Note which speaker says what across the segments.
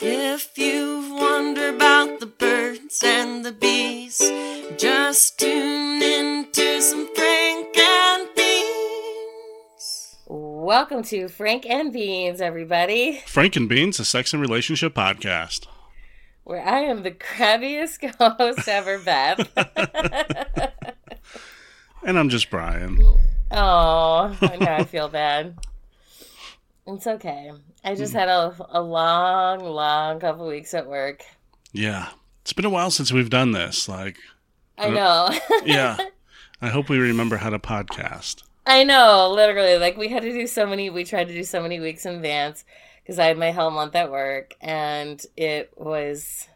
Speaker 1: If you've wondered about the birds and the bees, just tune in to some Frank and Beans.
Speaker 2: Welcome to Frank and Beans, everybody,
Speaker 3: Frank and Beans, a sex and relationship podcast.
Speaker 2: where I am the crabbiest host ever, Beth.
Speaker 3: And I'm just Brian.
Speaker 2: oh, I know I feel bad. It's okay. I just had a, a long, long couple weeks at work.
Speaker 3: Yeah. It's been a while since we've done this. Like,
Speaker 2: I know.
Speaker 3: yeah. I hope we remember how to podcast.
Speaker 2: I know, literally. Like, we had to do so many, we tried to do so many weeks in advance because I had my hell month at work, and it was,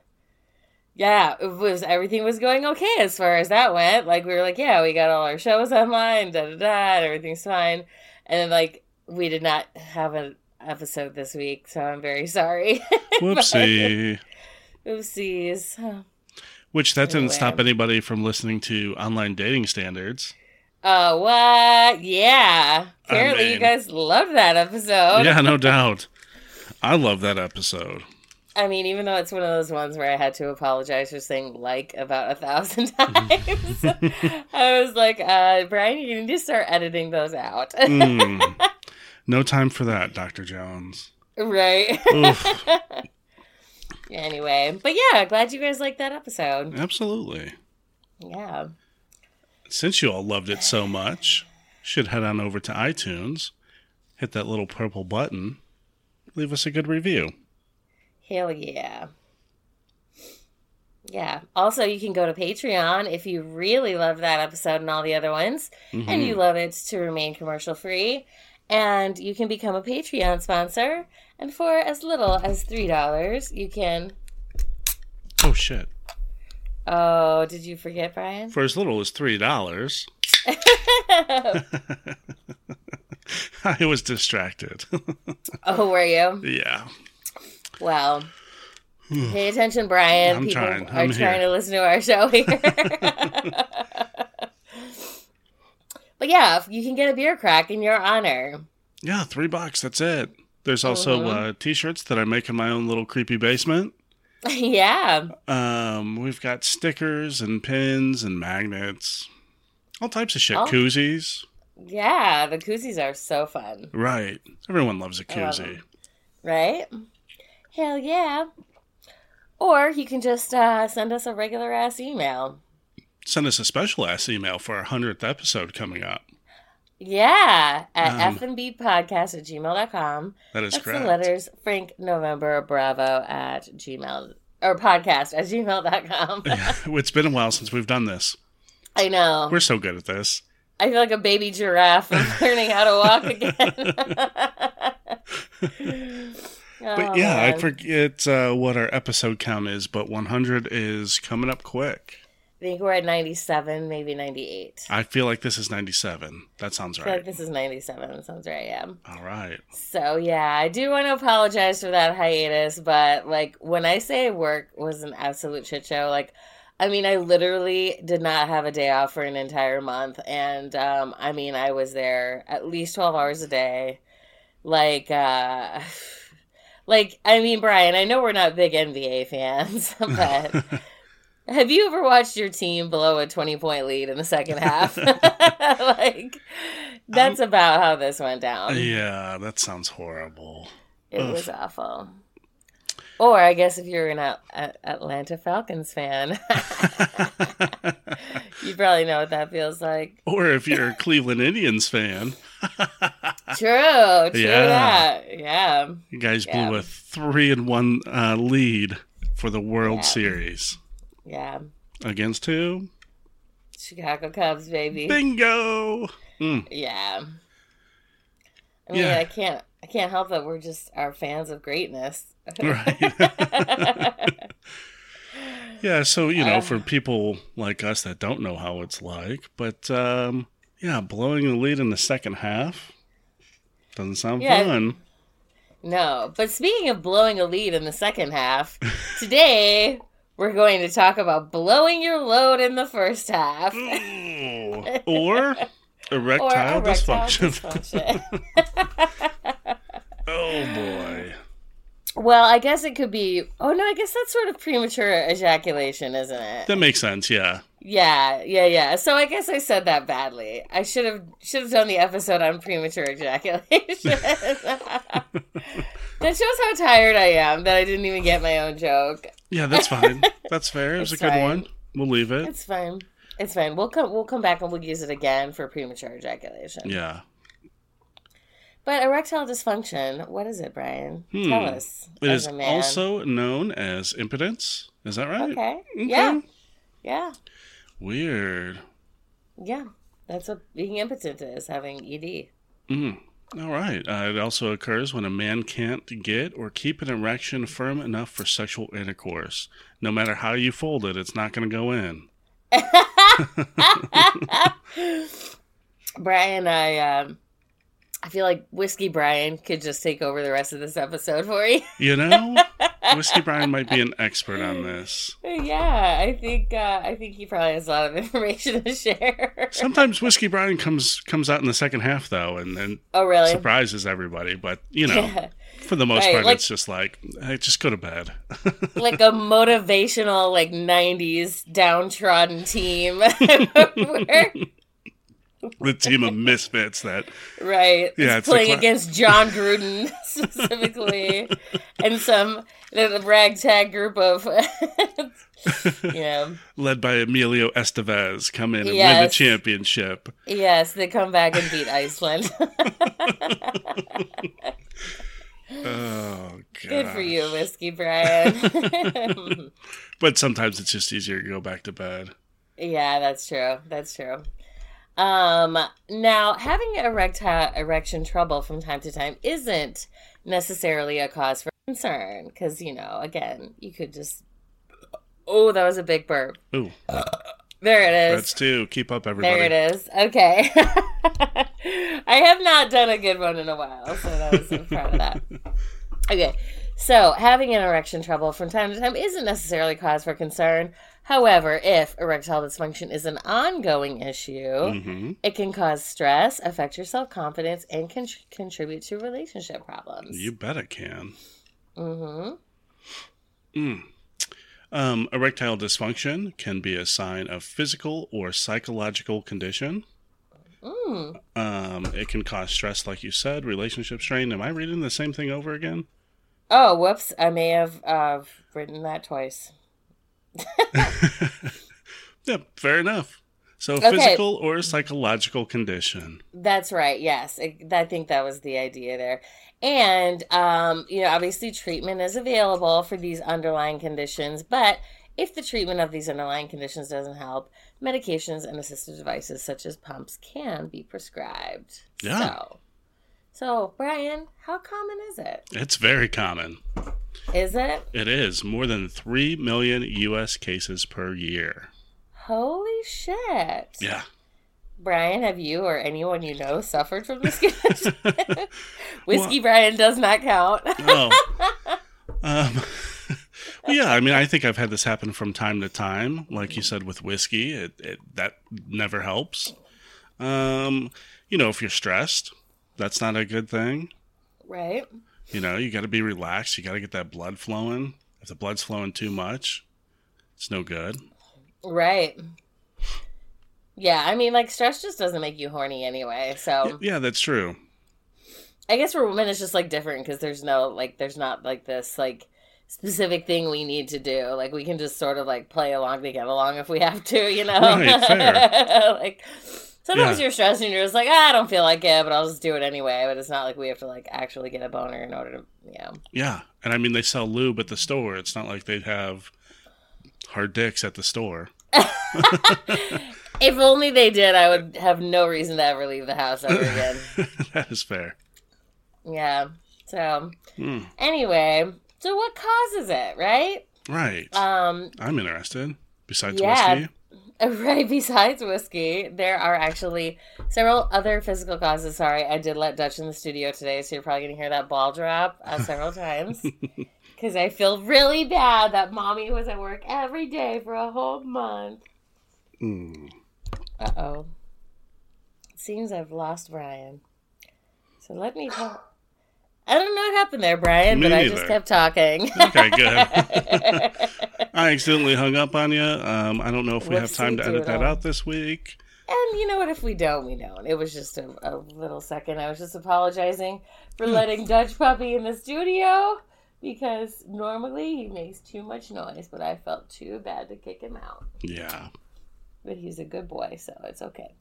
Speaker 2: yeah, it was, everything was going okay as far as that went. Like, we were like, yeah, we got all our shows online, da da da, and everything's fine. And then, like, we did not have an episode this week, so I'm very sorry.
Speaker 3: Whoopsie.
Speaker 2: Oopsies.
Speaker 3: Which that didn't
Speaker 2: Anyway.
Speaker 3: stop anybody from listening to online dating standards.
Speaker 2: Uh, what? Yeah. Apparently, you
Speaker 3: mean-
Speaker 2: guys loved that episode.
Speaker 3: Yeah, no doubt. I love that episode.
Speaker 2: I mean, even though it's one of those ones where I had to apologize for saying like about a thousand times, I was like, uh, Brian, you need to start editing those out.
Speaker 3: Mm. no time for that, Dr. Jones.
Speaker 2: right.
Speaker 3: Oof.
Speaker 2: anyway, but yeah, glad you guys liked that episode.
Speaker 3: Absolutely.
Speaker 2: Yeah.
Speaker 3: Since you all loved it so much, should head on over to iTunes, hit that little purple button, leave us a good review.
Speaker 2: Hell yeah. Yeah. Also, you can go to Patreon if you really love that episode and all the other ones,
Speaker 3: Mm-hmm.
Speaker 2: and you love it to remain commercial free. And you can become a Patreon sponsor. And for as little as $3, you can.
Speaker 3: Oh shit.
Speaker 2: Oh, did you forget, Brian?
Speaker 3: For as little as three dollars. I was distracted.
Speaker 2: oh, were you?
Speaker 3: yeah.
Speaker 2: Well, pay attention, Brian.
Speaker 3: Hmm. I'm
Speaker 2: People
Speaker 3: trying.
Speaker 2: are
Speaker 3: I'm
Speaker 2: trying
Speaker 3: here.
Speaker 2: to listen to our show here. but yeah, you can get a beer crack in your honor.
Speaker 3: Yeah, three bucks, that's it. There's also
Speaker 2: Uh-huh.
Speaker 3: uh, t shirts that I make in my own little creepy basement.
Speaker 2: yeah.
Speaker 3: Um, we've got stickers and pins and magnets. All types of shit.
Speaker 2: Oh.
Speaker 3: Koozies.
Speaker 2: Yeah. The koozies are so fun,
Speaker 3: Right. Everyone loves a
Speaker 2: I love
Speaker 3: koozie.
Speaker 2: right? Hell yeah. Or you can just uh, send us a regular ass email.
Speaker 3: send us a special ass email for our 100th episode coming up.
Speaker 2: Yeah. At
Speaker 3: Um,
Speaker 2: fnbpodcast at gmail.com.
Speaker 3: That is
Speaker 2: That's
Speaker 3: correct.
Speaker 2: the letters Frank November Bravo at Gmail or podcast at gmail.com.
Speaker 3: Yeah, it's been a while since we've done this.
Speaker 2: I know.
Speaker 3: We're so good at this.
Speaker 2: I feel like a baby giraffe and learning how to walk again.
Speaker 3: But
Speaker 2: Oh,
Speaker 3: yeah, I
Speaker 2: man.
Speaker 3: forget uh, what our episode count is, but 100 is coming up quick.
Speaker 2: I think we're at 97, maybe 98.
Speaker 3: I feel like this is 97. That sounds
Speaker 2: I feel like
Speaker 3: right.
Speaker 2: this is 97. That sounds right. Yeah.
Speaker 3: All right.
Speaker 2: So, yeah, I do want to apologize for that hiatus, but like when I say work was an absolute shit show, like, I mean, I literally did not have a day off for an entire month. And um, I mean, I was there at least 12 hours a day. Like, uh, like, I mean, Brian, I know we're not big NBA fans, but. Have you ever watched your team blow a 20 point lead in the second half? like, that's about how this went down.
Speaker 3: yeah, that sounds horrible.
Speaker 2: It
Speaker 3: ugh.
Speaker 2: was awful. Or I guess if you're an At- At- Atlanta Falcons fan, you probably know what that feels like.
Speaker 3: or if you're a Cleveland Indians fan,
Speaker 2: True, true
Speaker 3: Yeah.
Speaker 2: that. Yeah.
Speaker 3: you guys
Speaker 2: Yeah.
Speaker 3: blew a three and one uh, lead for the World
Speaker 2: Yeah.
Speaker 3: Series
Speaker 2: Yeah.
Speaker 3: against who?
Speaker 2: Chicago Cubs, baby.
Speaker 3: Bingo! Mm.
Speaker 2: Yeah. I mean,
Speaker 3: Yeah.
Speaker 2: I can't I can't help it. We're just our fans of greatness.
Speaker 3: Right. yeah, so you know,
Speaker 2: Uh.
Speaker 3: for people like us that don't know how it's like, but um yeah, blowing the lead in the second half doesn't sound
Speaker 2: Yeah.
Speaker 3: fun.
Speaker 2: No, but speaking of blowing a lead in the second half, today we're going to talk about blowing your load in the first half.
Speaker 3: Mm. Ooh. or erectile,
Speaker 2: Or erectile
Speaker 3: dysfunction.
Speaker 2: dysfunction.
Speaker 3: oh boy.
Speaker 2: Well, I guess it could be. Oh no, I guess that's sort of premature ejaculation, isn't it?
Speaker 3: That makes sense. Yeah.
Speaker 2: Yeah, yeah, yeah. So I guess I said that badly. I should have should have done the episode on premature ejaculation. that shows how tired I am that I didn't even get my own joke.
Speaker 3: Yeah, that's fine. That's fair. It was a
Speaker 2: It's
Speaker 3: good
Speaker 2: fine.
Speaker 3: one. We'll leave it.
Speaker 2: It's fine. It's fine. We'll come we'll come back and we'll use it again for premature ejaculation.
Speaker 3: yeah.
Speaker 2: But erectile dysfunction, what is it, Brian?
Speaker 3: Hmm.
Speaker 2: Tell us.
Speaker 3: It
Speaker 2: as
Speaker 3: is
Speaker 2: a man.
Speaker 3: also known as impotence. Is that right?
Speaker 2: Okay.
Speaker 3: Okay.
Speaker 2: Yeah. Yeah.
Speaker 3: Weird.
Speaker 2: Yeah. That's what being impotent is, having E ED.
Speaker 3: Mm.
Speaker 2: Mm-hmm.
Speaker 3: All right. Uh, it also occurs when a man can't get or keep an erection firm enough for sexual intercourse. No matter how you fold it, it's not going to go in.
Speaker 2: Brian, I um I feel like whiskey Brian could just take over the rest of this episode for you.
Speaker 3: You know, Whiskey Brian might be an expert on this.
Speaker 2: yeah, I think uh, I think he probably has a lot of information to share.
Speaker 3: Sometimes Whiskey Brian comes comes out in the second half though, and then
Speaker 2: oh, really?
Speaker 3: surprises everybody. But you know,
Speaker 2: Yeah.
Speaker 3: for the most
Speaker 2: Right,
Speaker 3: part,
Speaker 2: like-
Speaker 3: it's just like, hey, just go to bed.
Speaker 2: like a motivational, like '90s downtrodden team. Where-
Speaker 3: the team of misfits that
Speaker 2: Right.
Speaker 3: Yeah,
Speaker 2: It's
Speaker 3: it's
Speaker 2: playing
Speaker 3: like what-
Speaker 2: against John Gruden specifically, and some the, the ragtag group of, you know,
Speaker 3: led by Emilio Estevez come in and win the
Speaker 2: Yes.
Speaker 3: championship.
Speaker 2: yes, they come back and beat Iceland.
Speaker 3: Oh, God.
Speaker 2: Good for you, whiskey Brian.
Speaker 3: But sometimes it's just easier to go back to bed.
Speaker 2: yeah, that's true. That's true. Um, now having erectile erection trouble from time to time isn't necessarily a cause for concern because you know, again, you could just. Oh, that was a big burp.
Speaker 3: Ooh,
Speaker 2: There it is.
Speaker 3: that's two. Keep up, everybody.
Speaker 2: There it is. Okay. I have not done a good one in a while, so I was so proud of that. Okay. So, having an erection trouble from time to time isn't necessarily cause for concern. However, if erectile dysfunction is an ongoing issue,
Speaker 3: Mm-hmm.
Speaker 2: it can cause stress, affect your self confidence, and con- contribute to relationship problems.
Speaker 3: You bet it can.
Speaker 2: hmm
Speaker 3: Mm. Um, erectile dysfunction can be a sign of physical or psychological condition.
Speaker 2: Mm.
Speaker 3: Um, it can cause stress, like you said, relationship strain. Am I reading the same thing over again?
Speaker 2: Oh, whoops. I may have uh, written that twice.
Speaker 3: Yep, fair enough. So,
Speaker 2: Okay.
Speaker 3: physical or psychological condition.
Speaker 2: That's right. Yes. I, I think that was the idea there. And, um, you know, obviously treatment is available for these underlying conditions, but if the treatment of these underlying conditions doesn't help, medications and assistive devices such as pumps can be prescribed.
Speaker 3: Yeah.
Speaker 2: So, so Brian, how common is it?
Speaker 3: It's very common.
Speaker 2: Is it?
Speaker 3: It is more than 3 million U.S. cases per year.
Speaker 2: Holy shit.
Speaker 3: Yeah.
Speaker 2: Brian, have you or anyone you know suffered from this condition? Whiskey Brian does not count.
Speaker 3: Oh. um, well, yeah, I mean, I think I've had this happen from time to time. Like you said, with whiskey, it, it that never helps. Um, you know, if you're stressed, that's not a good thing.
Speaker 2: right?
Speaker 3: You know, you got to be relaxed. You got to get that blood flowing. If the blood's flowing too much, it's no good.
Speaker 2: Right. Yeah, I mean, like stress just doesn't make you horny anyway.
Speaker 3: Y-
Speaker 2: So
Speaker 3: yeah, that's true.
Speaker 2: I guess for women it's just like different because there's no like there's not like this like specific thing we need to do. Like we can just sort of like play along to get along if we have to, you know.
Speaker 3: Right, fair.
Speaker 2: like sometimes
Speaker 3: Yeah.
Speaker 2: you're stressed and you're just like, ah, I don't feel like it, but I'll just do it anyway. But it's not like we have to like actually get a boner in order to, you know.
Speaker 3: Yeah, and I mean, they sell lube at the store. It's not like they have hard dicks at the store.
Speaker 2: If only they did, I would have no reason to ever leave the house ever again.
Speaker 3: that is fair.
Speaker 2: yeah. So
Speaker 3: Hmm,
Speaker 2: Anyway, so what causes it, right?
Speaker 3: right.
Speaker 2: Um,
Speaker 3: I'm interested. Besides
Speaker 2: Yeah.
Speaker 3: whiskey,
Speaker 2: right besides whiskey, there are actually several other physical causes. Sorry, I did let Dutch in the studio today, so you're probably going to hear that ball drop uh, several times. Because I feel really bad that mommy was at work every day for a whole month.
Speaker 3: Hmm,
Speaker 2: Uh oh. Seems I've lost Brian. So let me. Call... I don't know what happened there, Brian,
Speaker 3: Me
Speaker 2: but I
Speaker 3: neither.
Speaker 2: just kept talking.
Speaker 3: Okay, good. I accidentally hung up on you. Um, I don't know if we have time to edit that
Speaker 2: Whoopsie-doodle.
Speaker 3: out this week.
Speaker 2: And you know what? If we don't, we don't. It was just a, a little second. I was just apologizing for letting Dutch Puppy in the studio because normally he makes too much noise, but I felt too bad to kick him out.
Speaker 3: Yeah.
Speaker 2: But he's a good boy, so it's okay.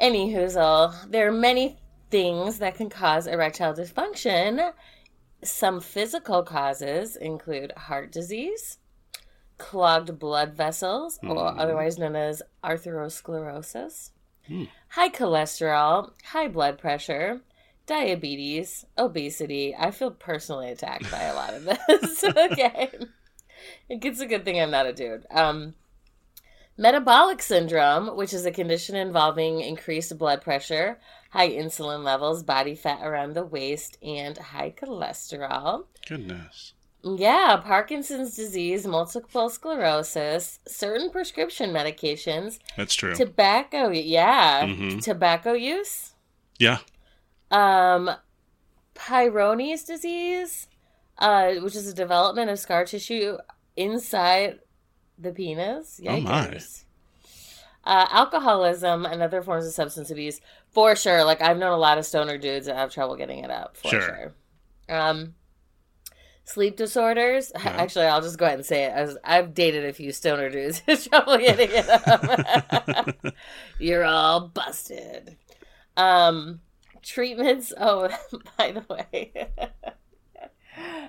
Speaker 2: Anywho's all, there are many things that can cause erectile dysfunction. Some physical causes include heart disease, clogged blood vessels, or
Speaker 3: Mhm.
Speaker 2: otherwise known as atherosclerosis,
Speaker 3: Hmm.
Speaker 2: high cholesterol, high blood pressure, diabetes, obesity. I feel personally attacked by a lot of this. okay. It's a good thing I'm not a dude. Um, Metabolic syndrome, which is a condition involving increased blood pressure, high insulin levels, body fat around the waist, and high cholesterol.
Speaker 3: Goodness.
Speaker 2: Yeah, Parkinson's disease, multiple sclerosis, certain prescription medications,
Speaker 3: That's true.
Speaker 2: tobacco, yeah,
Speaker 3: Mhm.
Speaker 2: tobacco use,
Speaker 3: Yeah.
Speaker 2: um, Peyronie's disease, uh, which is a development of scar tissue inside the penis.
Speaker 3: Oh, my.
Speaker 2: Yikers. Uh, alcoholism and other forms of substance abuse, for sure. Like I've known a lot of stoner dudes that have trouble getting it up, for
Speaker 3: Sure.
Speaker 2: sure. Um, sleep disorders.
Speaker 3: Yeah.
Speaker 2: Actually, I'll just go ahead and say it. I was, I've dated a few stoner dudes with trouble getting it up. You're all busted. Um, treatments. Oh, by the way,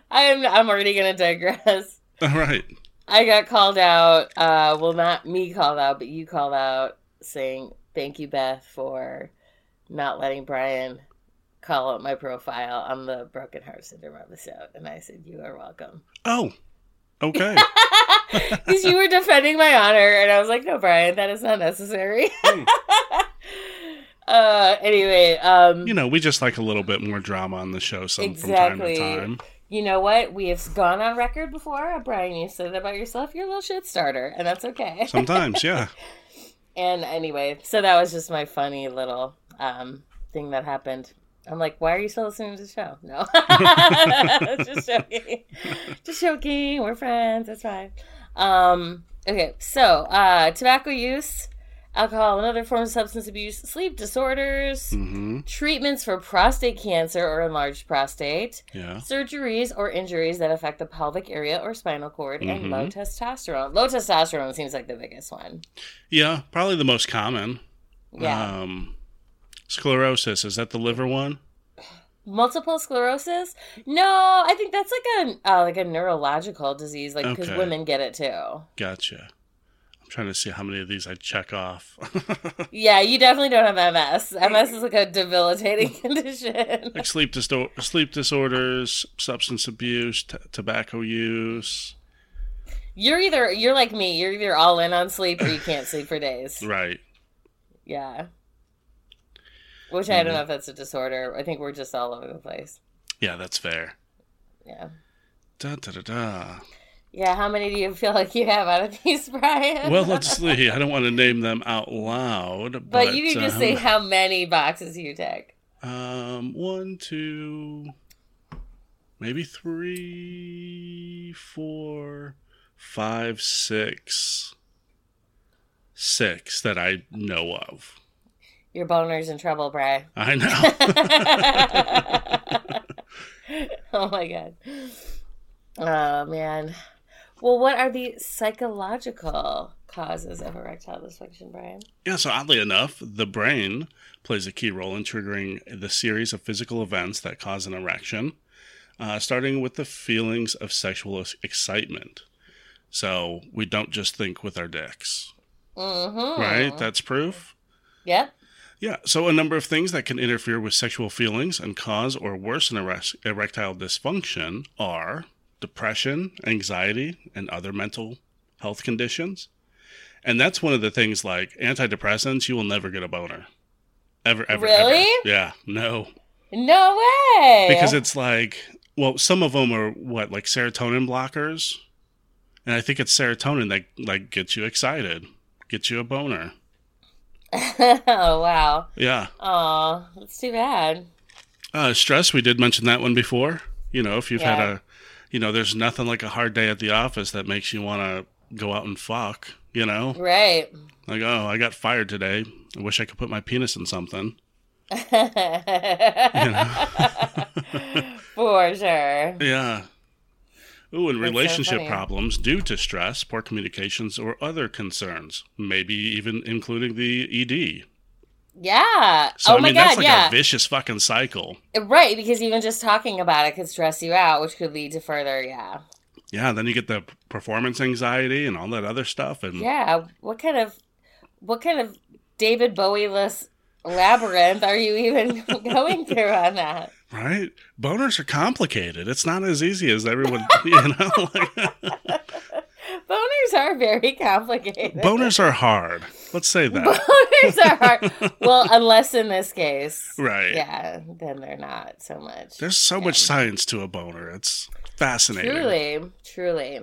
Speaker 2: I'm I'm already gonna digress.
Speaker 3: All right.
Speaker 2: I got called out. Uh, well, not me called out, but you called out saying thank you, Beth, for not letting Brian call out my profile on the Broken Heart Syndrome episode. And I said, you are welcome.
Speaker 3: Oh. Okay.
Speaker 2: Because you were defending my honor, and I was like, no, Brian, that is not necessary.
Speaker 3: Hmm.
Speaker 2: uh, anyway, um,
Speaker 3: you know, we just like a little bit more drama on the show some
Speaker 2: Exactly.
Speaker 3: from time to time.
Speaker 2: you know what? We have gone on record before, Brian. You said about yourself. You're a little shit starter, and that's okay.
Speaker 3: Sometimes, yeah.
Speaker 2: and anyway, so that was just my funny little um, thing that happened. I'm like, why are you still listening to the show? No, just joking. Just joking. We're friends. That's fine. Um, okay, so uh, tobacco use, alcohol, and other forms of substance abuse, sleep disorders,
Speaker 3: hmm
Speaker 2: treatments for prostate cancer or enlarged prostate,
Speaker 3: Yeah.
Speaker 2: surgeries or injuries that affect the pelvic area or spinal cord, and low
Speaker 3: Mhm.
Speaker 2: testosterone. Low testosterone seems like the biggest one.
Speaker 3: Yeah. Probably the most common.
Speaker 2: Yeah.
Speaker 3: Um, sclerosis. Is that the liver one?
Speaker 2: Multiple sclerosis? No, I think that's like a uh, like a neurological disease, like because
Speaker 3: Okay.
Speaker 2: women get it too.
Speaker 3: Gotcha. I'm trying to see how many of these I check off.
Speaker 2: Yeah, you definitely don't have MS. MS is like a debilitating condition.
Speaker 3: like sleep, disto- sleep disorders, substance abuse, t- tobacco use.
Speaker 2: You're either you're like me. You're either all in on sleep or you can't sleep for days.
Speaker 3: Right.
Speaker 2: Yeah. Which I don't
Speaker 3: Mhm.
Speaker 2: know if that's a disorder. I think we're just all over the place.
Speaker 3: Yeah, that's fair.
Speaker 2: Yeah.
Speaker 3: Da, da, da, da.
Speaker 2: Yeah, how many do you feel like you have out of these, Brian?
Speaker 3: Well, let's see. I don't want to name them out loud. But,
Speaker 2: But you can just
Speaker 3: um,
Speaker 2: say how many boxes you take.
Speaker 3: Um, one, two, maybe three, four, five, six, six that I know of.
Speaker 2: Your boner's in trouble, Brian.
Speaker 3: I know.
Speaker 2: oh my god. Oh man. Well, what are the psychological causes of erectile dysfunction, Brian?
Speaker 3: yeah, so oddly enough, the brain plays a key role in triggering the series of physical events that cause an erection, uh, starting with the feelings of sexual ex- excitement. So we don't just think with our dicks,
Speaker 2: Mm-hmm.
Speaker 3: right? That's proof.
Speaker 2: yep.
Speaker 3: Yeah, so a number of things that can interfere with sexual feelings and cause or worsen eres- erectile dysfunction are depression, anxiety, and other mental health conditions. And that's one of the things like antidepressants, you will never get a boner. Ever, ever. ever.
Speaker 2: Really?
Speaker 3: Yeah, no.
Speaker 2: No way.
Speaker 3: Because it's like, well, some of them are what, like serotonin blockers? And I think it's serotonin that like gets you excited, gets you a boner.
Speaker 2: oh wow.
Speaker 3: Yeah.
Speaker 2: Oh, that's too bad.
Speaker 3: Uh, stress, we did mention that one before. You know, if you've had
Speaker 2: Yeah.
Speaker 3: a, you know, there's nothing like a hard day at the office that makes you want to go out and fuck, you know?
Speaker 2: Right.
Speaker 3: Like, oh, I got fired today. I wish I could put my penis in something.
Speaker 2: For sure.
Speaker 3: Yeah. Ooh, and
Speaker 2: That's so
Speaker 3: relationship
Speaker 2: funny.
Speaker 3: problems due to stress, poor communications, or other concerns, maybe even including the ED.
Speaker 2: Yeah.
Speaker 3: So,
Speaker 2: oh
Speaker 3: I
Speaker 2: my
Speaker 3: mean,
Speaker 2: god,
Speaker 3: that's like
Speaker 2: yeah.
Speaker 3: a vicious fucking cycle.
Speaker 2: Right, because even just talking about it could stress you out, which could lead to further, yeah.
Speaker 3: Yeah, then you get the performance anxiety and all that other stuff. And
Speaker 2: Yeah. What kind of what kind of David Bowie less labyrinth are you even going through on that?
Speaker 3: right? Boners are complicated. It's not as easy as everyone, you know? Like,
Speaker 2: Boners are very complicated.
Speaker 3: boners are hard. Let's say that.
Speaker 2: Boners are hard. well, unless in this case.
Speaker 3: Right.
Speaker 2: Yeah, then they're not so much.
Speaker 3: There's so much science to a boner. It's fascinating.
Speaker 2: Truly, truly.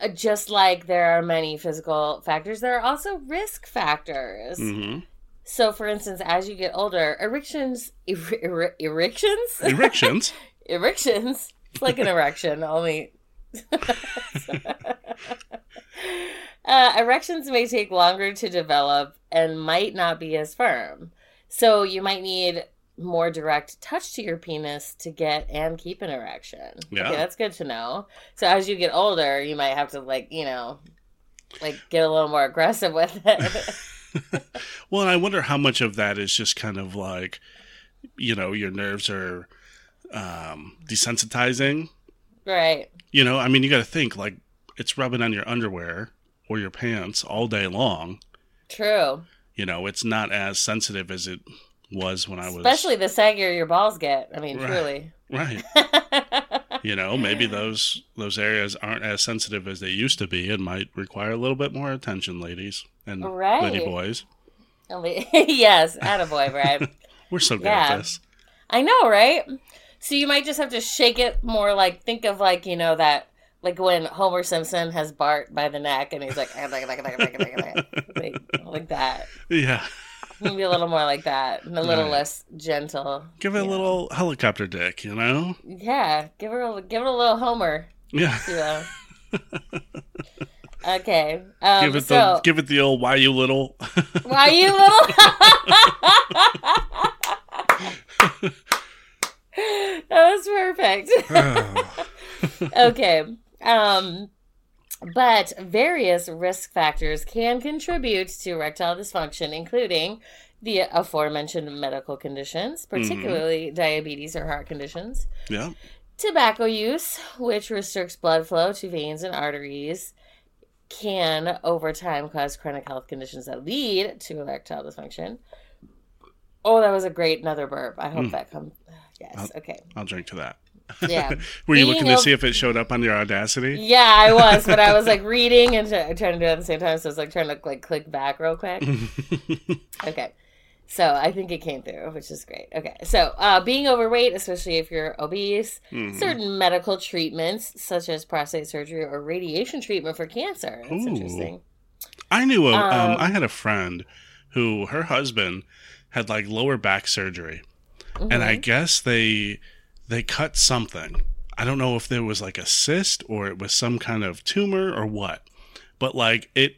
Speaker 2: Uh, Just like there are many physical factors, there are also risk factors.
Speaker 3: hmm
Speaker 2: So, for instance, as you get older, erections, er- er- erections,
Speaker 3: Erections.
Speaker 2: erections. It's like an erection, only. uh, erections may take longer to develop and might not be as firm. So you might need more direct touch to your penis to get and keep an erection.
Speaker 3: Yeah.
Speaker 2: Okay, that's good to know. So as you get older, you might have to like, you know, like get a little more aggressive with it.
Speaker 3: Well, and I wonder how much of that is just kind of like, you know, your nerves are um, desensitizing.
Speaker 2: right.
Speaker 3: You know, I mean, you got to think like it's rubbing on your underwear or your pants all day long.
Speaker 2: True.
Speaker 3: You know, it's not as sensitive as it was when I was.
Speaker 2: Especially the saggier your balls get. I mean,
Speaker 3: Right.
Speaker 2: truly.
Speaker 3: right. You know, maybe those those areas aren't as sensitive as they used to be, and might require a little bit more attention, ladies and
Speaker 2: Right.
Speaker 3: lady boys.
Speaker 2: Only- yes, attaboy, Brad.
Speaker 3: We're so good
Speaker 2: Yeah.
Speaker 3: at this.
Speaker 2: I know, right? So you might just have to shake it more like think of like, you know, that like when Homer Simpson has Bart by the neck and he's like, "Ah, like, like, like, like, like, like, like, like that.
Speaker 3: Yeah,
Speaker 2: Maybe a little more like that and a little
Speaker 3: Right.
Speaker 2: less gentle.
Speaker 3: give it a
Speaker 2: Yeah.
Speaker 3: little helicopter dick. You know.
Speaker 2: Yeah, give her a, give it a little Homer.
Speaker 3: Yeah.
Speaker 2: You know. okay. Um,
Speaker 3: give it
Speaker 2: so,
Speaker 3: the give it the old why you little
Speaker 2: Why you little? that was perfect. okay. Um, but various risk factors can contribute to erectile dysfunction, including the aforementioned medical conditions, particularly diabetes or heart conditions,
Speaker 3: yeah
Speaker 2: tobacco use, which restricts blood flow to veins and arteries. Can over time cause chronic health conditions that lead to erectile dysfunction. Oh, that was a great another burp. I hope that comes. Yes. Okay.
Speaker 3: i'll drink to that
Speaker 2: Yeah.
Speaker 3: were you
Speaker 2: Speaking
Speaker 3: looking to
Speaker 2: of-
Speaker 3: see if it showed up on your audacity
Speaker 2: Yeah, I was, but I was like reading and try- trying to do it at the same time, so I was like trying to like click back real quick. Okay. So I think it came through, which is great. Okay. So uh, being overweight, especially if you're obese,
Speaker 3: Mhm.
Speaker 2: certain medical treatments such as prostate surgery or radiation treatment for cancer. That's
Speaker 3: Ooh.
Speaker 2: interesting.
Speaker 3: i knew a, um,
Speaker 2: Um,
Speaker 3: i had a friend who her husband had like lower back surgery and
Speaker 2: Mm-hmm.
Speaker 3: i guess they they cut something i don't know if there was like a cyst or it was some kind of tumor or what but like it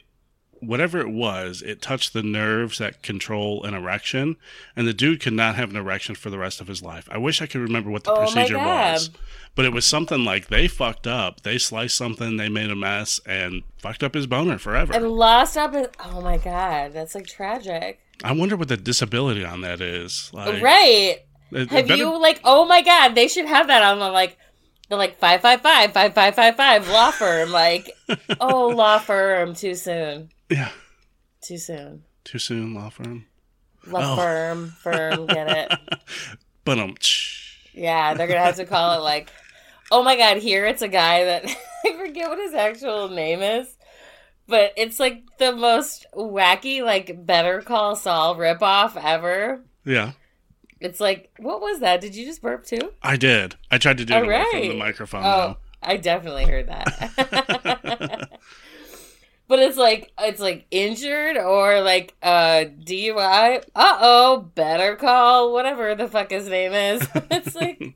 Speaker 3: whatever it was it touched the nerves that control an erection and the dude could not have an erection for the rest of his life i wish i could remember what the
Speaker 2: Oh my
Speaker 3: procedure
Speaker 2: God.
Speaker 3: was but it was something like they fucked up they sliced something they made a mess and fucked up his boner forever
Speaker 2: And lost up. Oh my god, that's like tragic.
Speaker 3: i wonder what the disability on that is like
Speaker 2: right.
Speaker 3: it- it
Speaker 2: Have
Speaker 3: better-
Speaker 2: you like? Oh my god, they should have that on the like the like five five five five five five five law firm. Like, oh law firm, too soon,
Speaker 3: yeah
Speaker 2: too soon.
Speaker 3: too soon law firm
Speaker 2: Law
Speaker 3: Oh.
Speaker 2: firm, firm, get it?
Speaker 3: but um
Speaker 2: Yeah, they're gonna have to call it like. Oh my god, here it's a guy that I forget what his actual name is, but it's like the most wacky like Better Call Saul ripoff ever.
Speaker 3: yeah
Speaker 2: It's like, what was that? Did you just burp too?
Speaker 3: I did. I tried to do it
Speaker 2: All
Speaker 3: away from
Speaker 2: right.
Speaker 3: the microphone.
Speaker 2: Oh, I definitely heard that. But it's like it's like injured or like uh DUI. Uh oh, better call whatever the fuck his name is. it's like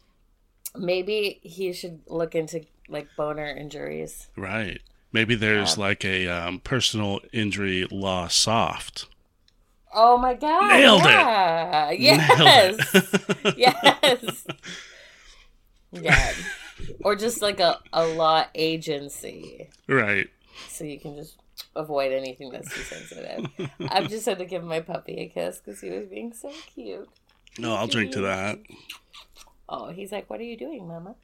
Speaker 2: maybe he should look into like boner injuries.
Speaker 3: Right. Maybe there's like a um, personal injury law soft.
Speaker 2: Oh my god!
Speaker 3: Nailed it.
Speaker 2: yeah.
Speaker 3: Nailed
Speaker 2: Yes,
Speaker 3: it.
Speaker 2: yes, yeah. Or just like a a law agency,
Speaker 3: right.
Speaker 2: so you can just avoid anything that's too sensitive. I've just had to give my puppy a kiss because he was being so cute.
Speaker 3: No, I'll drink to that.
Speaker 2: Oh, he's like, "What are you doing, Mama?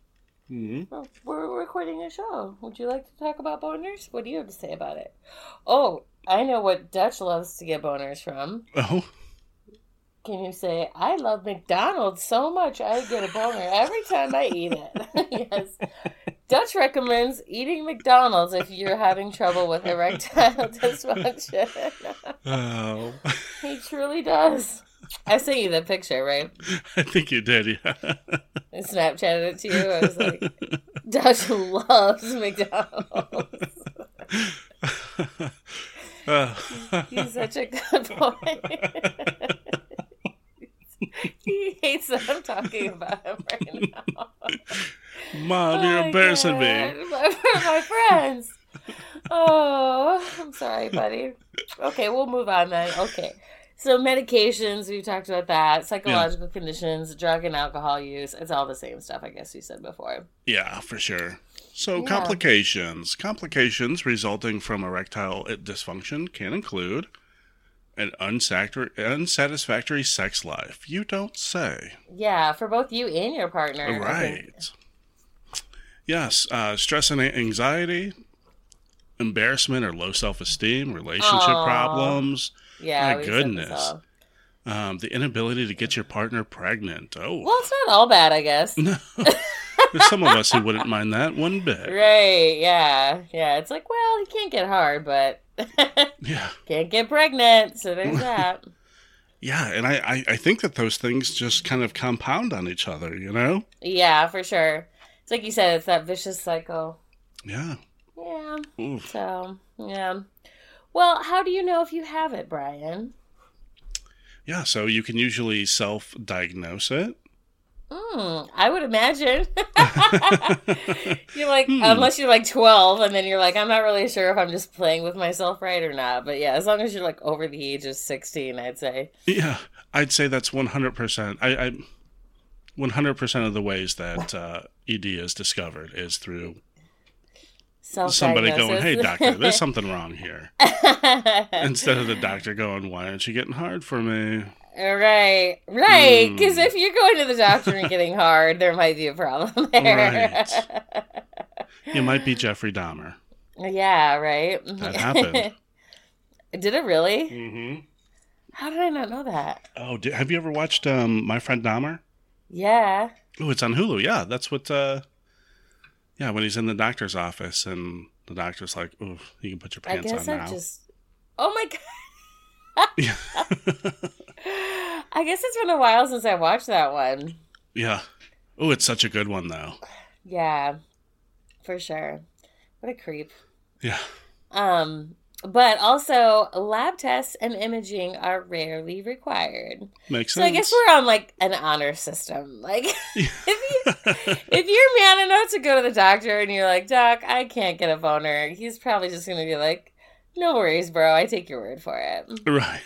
Speaker 3: hmm
Speaker 2: Well, we're recording a show. Would you like to talk about boners? What do you have to say about it?" Oh, I know what Dutch loves to get boners from.
Speaker 3: Oh,
Speaker 2: Can you say, I love McDonald's so much I get a boner every time I eat it? yes. Dutch recommends eating McDonald's if you're having trouble with erectile dysfunction.
Speaker 3: oh.
Speaker 2: he truly does. I sent you the picture, right?
Speaker 3: I think you did. Yeah.
Speaker 2: I Snapchatted it to you. I was like, Dutch loves McDonald's.
Speaker 3: Uh,
Speaker 2: He's such a good boy. he hates that I'm talking about him right now.
Speaker 3: Mom, Oh, you're
Speaker 2: Oh my God.
Speaker 3: embarrassing me.
Speaker 2: For my friends. Oh, I'm sorry, buddy. Okay, we'll move on then. Okay. So medications, we've talked about that. Psychological conditions, drug and alcohol use. It's all the same stuff, I guess you said before.
Speaker 3: Yeah, for sure. So,
Speaker 2: Yeah.
Speaker 3: complications. Complications resulting from erectile dysfunction can include an unsactor- unsatisfactory sex life. You don't say.
Speaker 2: Yeah, for both you and your partner. I
Speaker 3: All
Speaker 2: think.
Speaker 3: right. Yes, uh, stress and anxiety, embarrassment or low self esteem, relationship
Speaker 2: Aw.
Speaker 3: problems,
Speaker 2: Yeah.
Speaker 3: My
Speaker 2: we've said this
Speaker 3: goodness.
Speaker 2: all.
Speaker 3: um, the inability to get your partner pregnant. Oh,
Speaker 2: Well, it's not all bad, I guess.
Speaker 3: there's some of us who wouldn't mind that one bit.
Speaker 2: right. Yeah. Yeah. It's like, well, he can't get hard, but
Speaker 3: Yeah.
Speaker 2: can't get pregnant. So there's that.
Speaker 3: Yeah, and I, I, I think that those things just kind of compound on each other, you know?
Speaker 2: Yeah, for sure. It's like you said, it's that vicious cycle.
Speaker 3: Yeah.
Speaker 2: Yeah.
Speaker 3: Oof.
Speaker 2: So, yeah. Well, how do you know if you have it, Brian?
Speaker 3: Yeah, so you can usually self diagnose it.
Speaker 2: Mm, I would imagine. you're like,
Speaker 3: Hmm.
Speaker 2: unless you're like 12, and then you're like, I'm not really sure if I'm just playing with myself right or not. But yeah, as long as you're like over the age of 16, I'd say.
Speaker 3: yeah, I'd say that's 100%. I, I 100% of the ways that uh, ED is discovered is through
Speaker 2: Self
Speaker 3: somebody going, hey, doctor, there's something wrong here. Instead of the doctor going, why aren't you getting hard for me?
Speaker 2: Right, right. Because
Speaker 3: Mm.
Speaker 2: if you're going to the doctor and getting hard, there might be a problem there.
Speaker 3: You might be Jeffrey Dahmer.
Speaker 2: Yeah, right.
Speaker 3: That happened.
Speaker 2: did it really?
Speaker 3: Mm-hmm.
Speaker 2: How did I not know that?
Speaker 3: Oh, di- have you ever watched um, My Friend Dahmer?
Speaker 2: Yeah.
Speaker 3: Oh, it's on Hulu. Yeah, that's what. Uh, yeah, when he's in the doctor's office and the doctor's like, "Oh, you can put your
Speaker 2: I
Speaker 3: pants
Speaker 2: guess
Speaker 3: on
Speaker 2: I
Speaker 3: now."
Speaker 2: just. Oh my god.
Speaker 3: yeah.
Speaker 2: I guess it's been a while since I watched that one.
Speaker 3: yeah. Oh, it's such a good one though.
Speaker 2: Yeah, for sure. What a creep.
Speaker 3: Yeah.
Speaker 2: Um, but also lab tests and imaging are rarely required.
Speaker 3: Makes
Speaker 2: So
Speaker 3: sense.
Speaker 2: I guess we're on like an honor system. Like if you if you're man enough to go to the doctor and you're like, Doc, I can't get a boner, he's probably just gonna be like, No worries, bro, I take your word for it.
Speaker 3: right.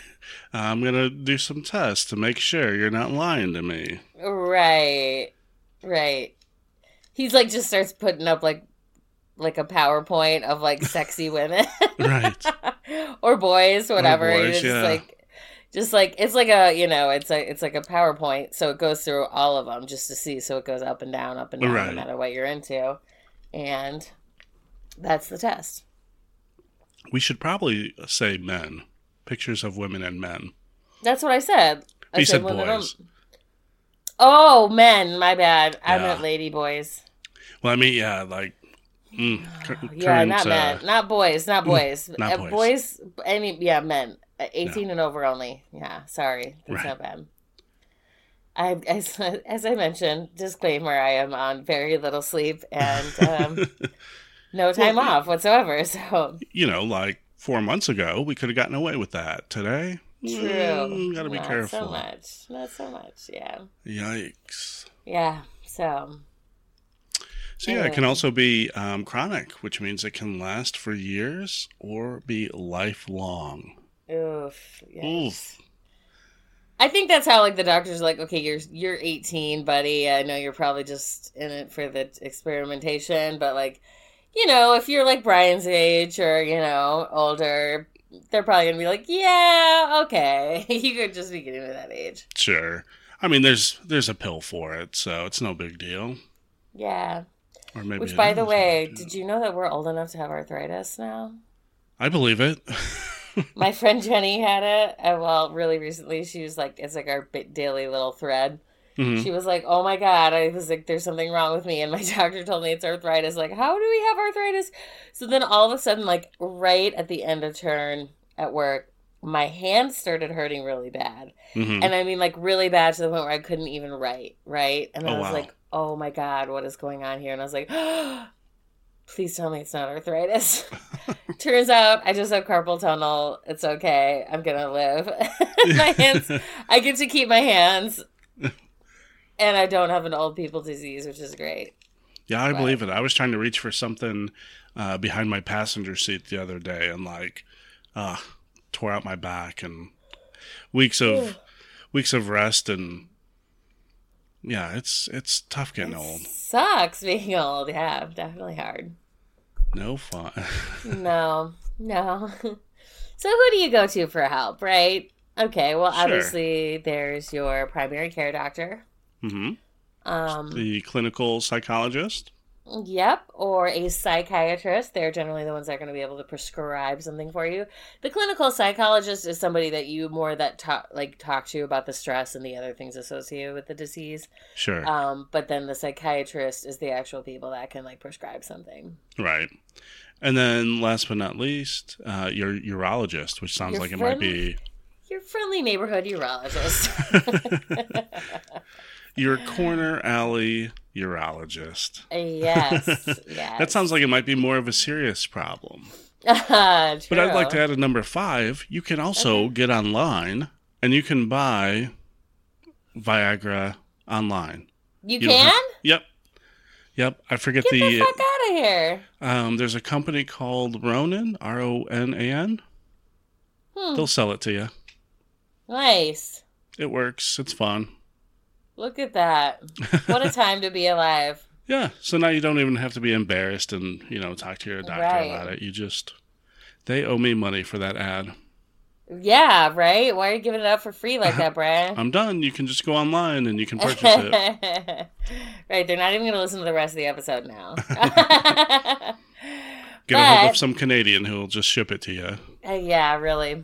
Speaker 3: I'm gonna do some tests to make sure you're not lying to me.
Speaker 2: Right. Right. He's like just starts putting up like like a PowerPoint of like sexy women.
Speaker 3: Right.
Speaker 2: or boys, whatever.
Speaker 3: boys,
Speaker 2: You're just
Speaker 3: yeah.
Speaker 2: like just like it's like a you know, it's a it's like a PowerPoint, so it goes through all of them just to see. So it goes up and down, up and down,
Speaker 3: Right.
Speaker 2: no matter what you're into. And that's the test.
Speaker 3: we should probably say men. Pictures of women and men.
Speaker 2: That's what I said. I
Speaker 3: You said
Speaker 2: one of
Speaker 3: boys.
Speaker 2: them- Oh, men, my bad. I
Speaker 3: Yeah.
Speaker 2: meant lady boys.
Speaker 3: Well, I mean, yeah, like, mm, cur-
Speaker 2: Oh, Yeah,
Speaker 3: current,
Speaker 2: not
Speaker 3: uh,
Speaker 2: men, not boys, not boys,
Speaker 3: not
Speaker 2: Uh,
Speaker 3: boys.
Speaker 2: boys. Any, yeah, men, Uh, eighteen and over only. Yeah, sorry, that's
Speaker 3: Right.
Speaker 2: not bad. I, as, as I mentioned, disclaimer: I am on very little sleep and um, no time off whatsoever. So
Speaker 3: You know, like four months ago, we could have gotten away with that. Today,
Speaker 2: true.
Speaker 3: mm, gotta be
Speaker 2: Not
Speaker 3: careful.
Speaker 2: So much. Not so much. Yeah.
Speaker 3: Yikes.
Speaker 2: Yeah. So
Speaker 3: So yeah, it
Speaker 2: Anyway.
Speaker 3: can also be um, chronic, which means it can last for years or be lifelong.
Speaker 2: Oof. Yes. I think that's how like the doctors are like, okay, you're you're 18, buddy. I know you're probably just in it for the experimentation, but like, you know, if you're like Brian's age or you know older, they're probably gonna be like, yeah, okay, you could just be getting to that age.
Speaker 3: Sure. I mean, there's there's a pill for it, so it's no big deal.
Speaker 2: Yeah.
Speaker 3: Or maybe.
Speaker 2: Which, by the way, did you know that we're old enough to have arthritis now?
Speaker 3: I believe it.
Speaker 2: My friend Jenny had it. uh, Well, really recently, she was like, it's like our bit daily little thread.
Speaker 3: Mhm.
Speaker 2: She was like, "Oh my god!" I was like, "There's something wrong with me," and my doctor told me it's arthritis. Like, how do we have arthritis? So then all of a sudden, like right at the end of turn at work, my hand started hurting really bad,
Speaker 3: Mhm.
Speaker 2: and I mean like really bad to the point where I couldn't even write. Right, and
Speaker 3: Oh,
Speaker 2: I was
Speaker 3: wow.
Speaker 2: like, "Oh my god, what is going on here?" And I was like, "Please tell me it's not arthritis." Turns out I just have carpal tunnel. It's okay. I'm gonna live. my hands I get to keep my hands. and I don't have an old people disease, which is great.
Speaker 3: Yeah, I
Speaker 2: But-
Speaker 3: believe it. I was trying to reach for something uh, behind my passenger seat the other day, and like, uh, tore out my back and weeks of weeks of rest and yeah, it's it's tough getting
Speaker 2: It
Speaker 3: old.
Speaker 2: Sucks being old. Yeah, definitely hard.
Speaker 3: No fun.
Speaker 2: No, no. so who do you go to for help, right? Okay, well,
Speaker 3: Sure.
Speaker 2: obviously there's your primary care doctor.
Speaker 3: hmm
Speaker 2: Um,
Speaker 3: The clinical psychologist.
Speaker 2: yep, or a psychiatrist. They're generally the ones that are going to be able to prescribe something for you. The clinical psychologist is somebody that you more that talk like talk to about the stress and the other things associated with the disease.
Speaker 3: Sure.
Speaker 2: Um, but then the psychiatrist is the actual people that can like prescribe something.
Speaker 3: right. And then last but not least, uh, your urologist, which sounds
Speaker 2: Your
Speaker 3: like it might
Speaker 2: friend-
Speaker 3: be
Speaker 2: Your friendly neighborhood urologist.
Speaker 3: your corner alley urologist.
Speaker 2: yes, yes.
Speaker 3: That sounds like it might be more of a serious problem.
Speaker 2: Uh,
Speaker 3: But I'd like to add a number five. You can also get online and you can buy Viagra online.
Speaker 2: You,
Speaker 3: you don't
Speaker 2: can
Speaker 3: have Yep. Yep. I forget
Speaker 2: get the,
Speaker 3: the. uh,
Speaker 2: fuck out of here.
Speaker 3: um, there's a company called Ronin, R O N A N.
Speaker 2: Hmm.
Speaker 3: They'll sell it to you.
Speaker 2: Nice.
Speaker 3: It works. It's fun.
Speaker 2: Look at that. What a time to be alive.
Speaker 3: Yeah. So now you don't even have to be embarrassed and, you know, talk to your doctor
Speaker 2: Right.
Speaker 3: about it. You just. They owe me money for that ad.
Speaker 2: Yeah, right. Why are you giving it up for free like that, Brian?
Speaker 3: I'm done. You can just go online and you can purchase it.
Speaker 2: right. They're not even going to listen to the rest of the episode now.
Speaker 3: Get a hold
Speaker 2: But-
Speaker 3: of some Canadian who will just ship it to you.
Speaker 2: Uh, yeah, really.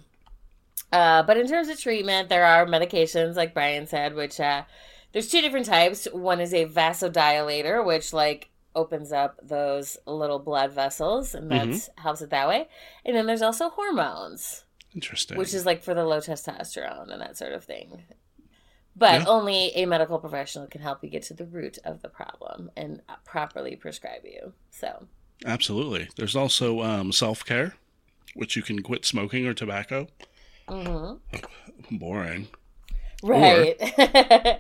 Speaker 2: Uh, but in terms of treatment, there are medications, like Brian said, which uh, there's two different types. One is a vasodilator, which like opens up those little blood vessels and
Speaker 3: Mm-hmm.
Speaker 2: that helps it that way. And then there's also hormones,
Speaker 3: Interesting.
Speaker 2: which is like for the low testosterone and that sort of thing. But
Speaker 3: Yeah.
Speaker 2: only a medical professional can help you get to the root of the problem and uh, properly prescribe you. So,
Speaker 3: Absolutely. There's also um, self care, which you can quit smoking or tobacco.
Speaker 2: mhm.
Speaker 3: Boring.
Speaker 2: right.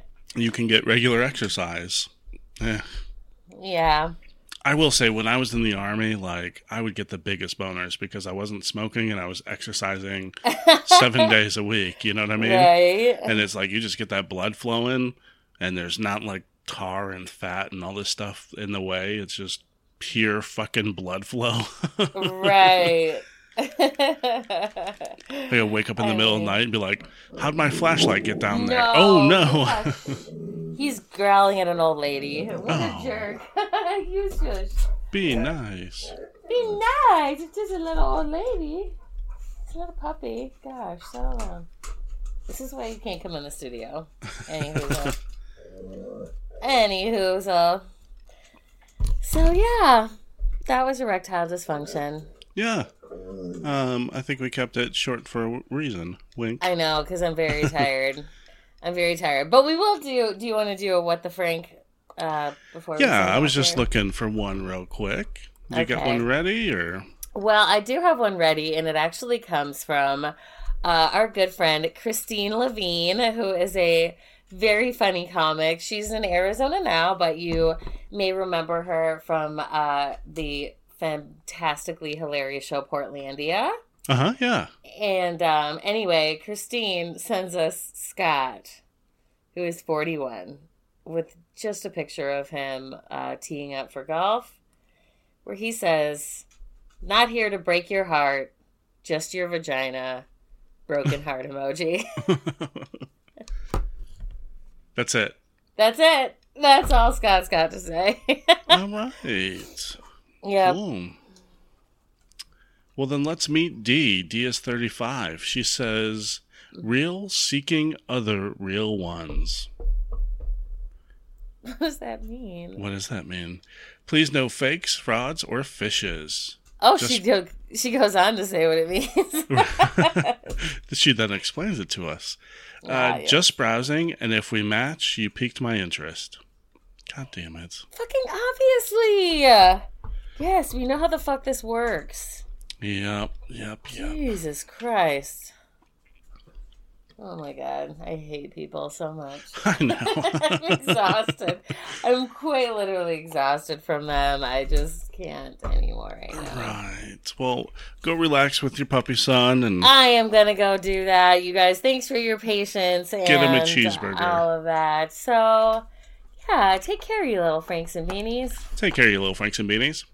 Speaker 3: You can get regular exercise. Eh.
Speaker 2: yeah.
Speaker 3: I will say, when I was in the army, like I would get the biggest boners because I wasn't smoking and I was exercising seven days a week. You know what I mean?
Speaker 2: right.
Speaker 3: And it's like you just get that blood flowing, and there's not like tar and fat and all this stuff in the way. It's just pure fucking blood flow.
Speaker 2: right.
Speaker 3: Like I wake up in the
Speaker 2: I
Speaker 3: middle of
Speaker 2: mean-
Speaker 3: the night and be like, "How'd my flashlight get down there?"
Speaker 2: No.
Speaker 3: Oh no!
Speaker 2: He's growling at an old lady. What
Speaker 3: Oh.
Speaker 2: a jerk. you should
Speaker 3: Be nice.
Speaker 2: be nice. It's just a little old lady. It's not a puppy. Gosh, settle down. This is why you can't come in the studio. Anywho. Anywho, so. So, yeah. That was erectile dysfunction.
Speaker 3: Yeah. Um, I think we kept it short for a reason. Wink.
Speaker 2: I know because I'm very tired. I'm very tired, but we will do. Do you want to do a what the Frank? Uh, before. we
Speaker 3: Yeah,
Speaker 2: sign
Speaker 3: I was
Speaker 2: off
Speaker 3: just
Speaker 2: here?
Speaker 3: looking for one real quick. You got
Speaker 2: Okay.
Speaker 3: one ready, or
Speaker 2: Well, I do have one ready, and it actually comes from uh, our good friend Christine Levine, who is a very funny comic. She's in Arizona now, but you may remember her from uh, the fantastically hilarious show Portlandia.
Speaker 3: uh huh, yeah.
Speaker 2: And um, anyway, Christine sends us Scott, who is 41, with just a picture of him uh, teeing up for golf, where he says, Not here to break your heart, just your vagina. Broken heart emoji.
Speaker 3: That's it.
Speaker 2: That's it. That's all Scott's got to say.
Speaker 3: All right.
Speaker 2: yep.
Speaker 3: Cool. Well, then let's meet D. D is 35. She says, Real seeking other real ones.
Speaker 2: What does that mean?
Speaker 3: What does that mean? Please no fakes, frauds, or fishes.
Speaker 2: Oh,
Speaker 3: Just-
Speaker 2: she go, she goes on to say what it means.
Speaker 3: she then explains it to us. Uh,
Speaker 2: Ah, yes.
Speaker 3: Just browsing, and if we match, you piqued my interest. God damn it.
Speaker 2: Fucking obviously. Yes, we know how the fuck this works.
Speaker 3: Yep, yep, yep.
Speaker 2: Jesus Christ. Oh my god, I hate people so much.
Speaker 3: I know.
Speaker 2: I'm exhausted. I'm quite literally exhausted from them. I just can't anymore right now.
Speaker 3: right. Well, go relax with your puppy son and
Speaker 2: I am gonna go do that. You guys, thanks for your patience and
Speaker 3: him a cheeseburger.
Speaker 2: all of that. So, yeah, take care, you little Franks and Beanies.
Speaker 3: take care of your little Franks and Beanies.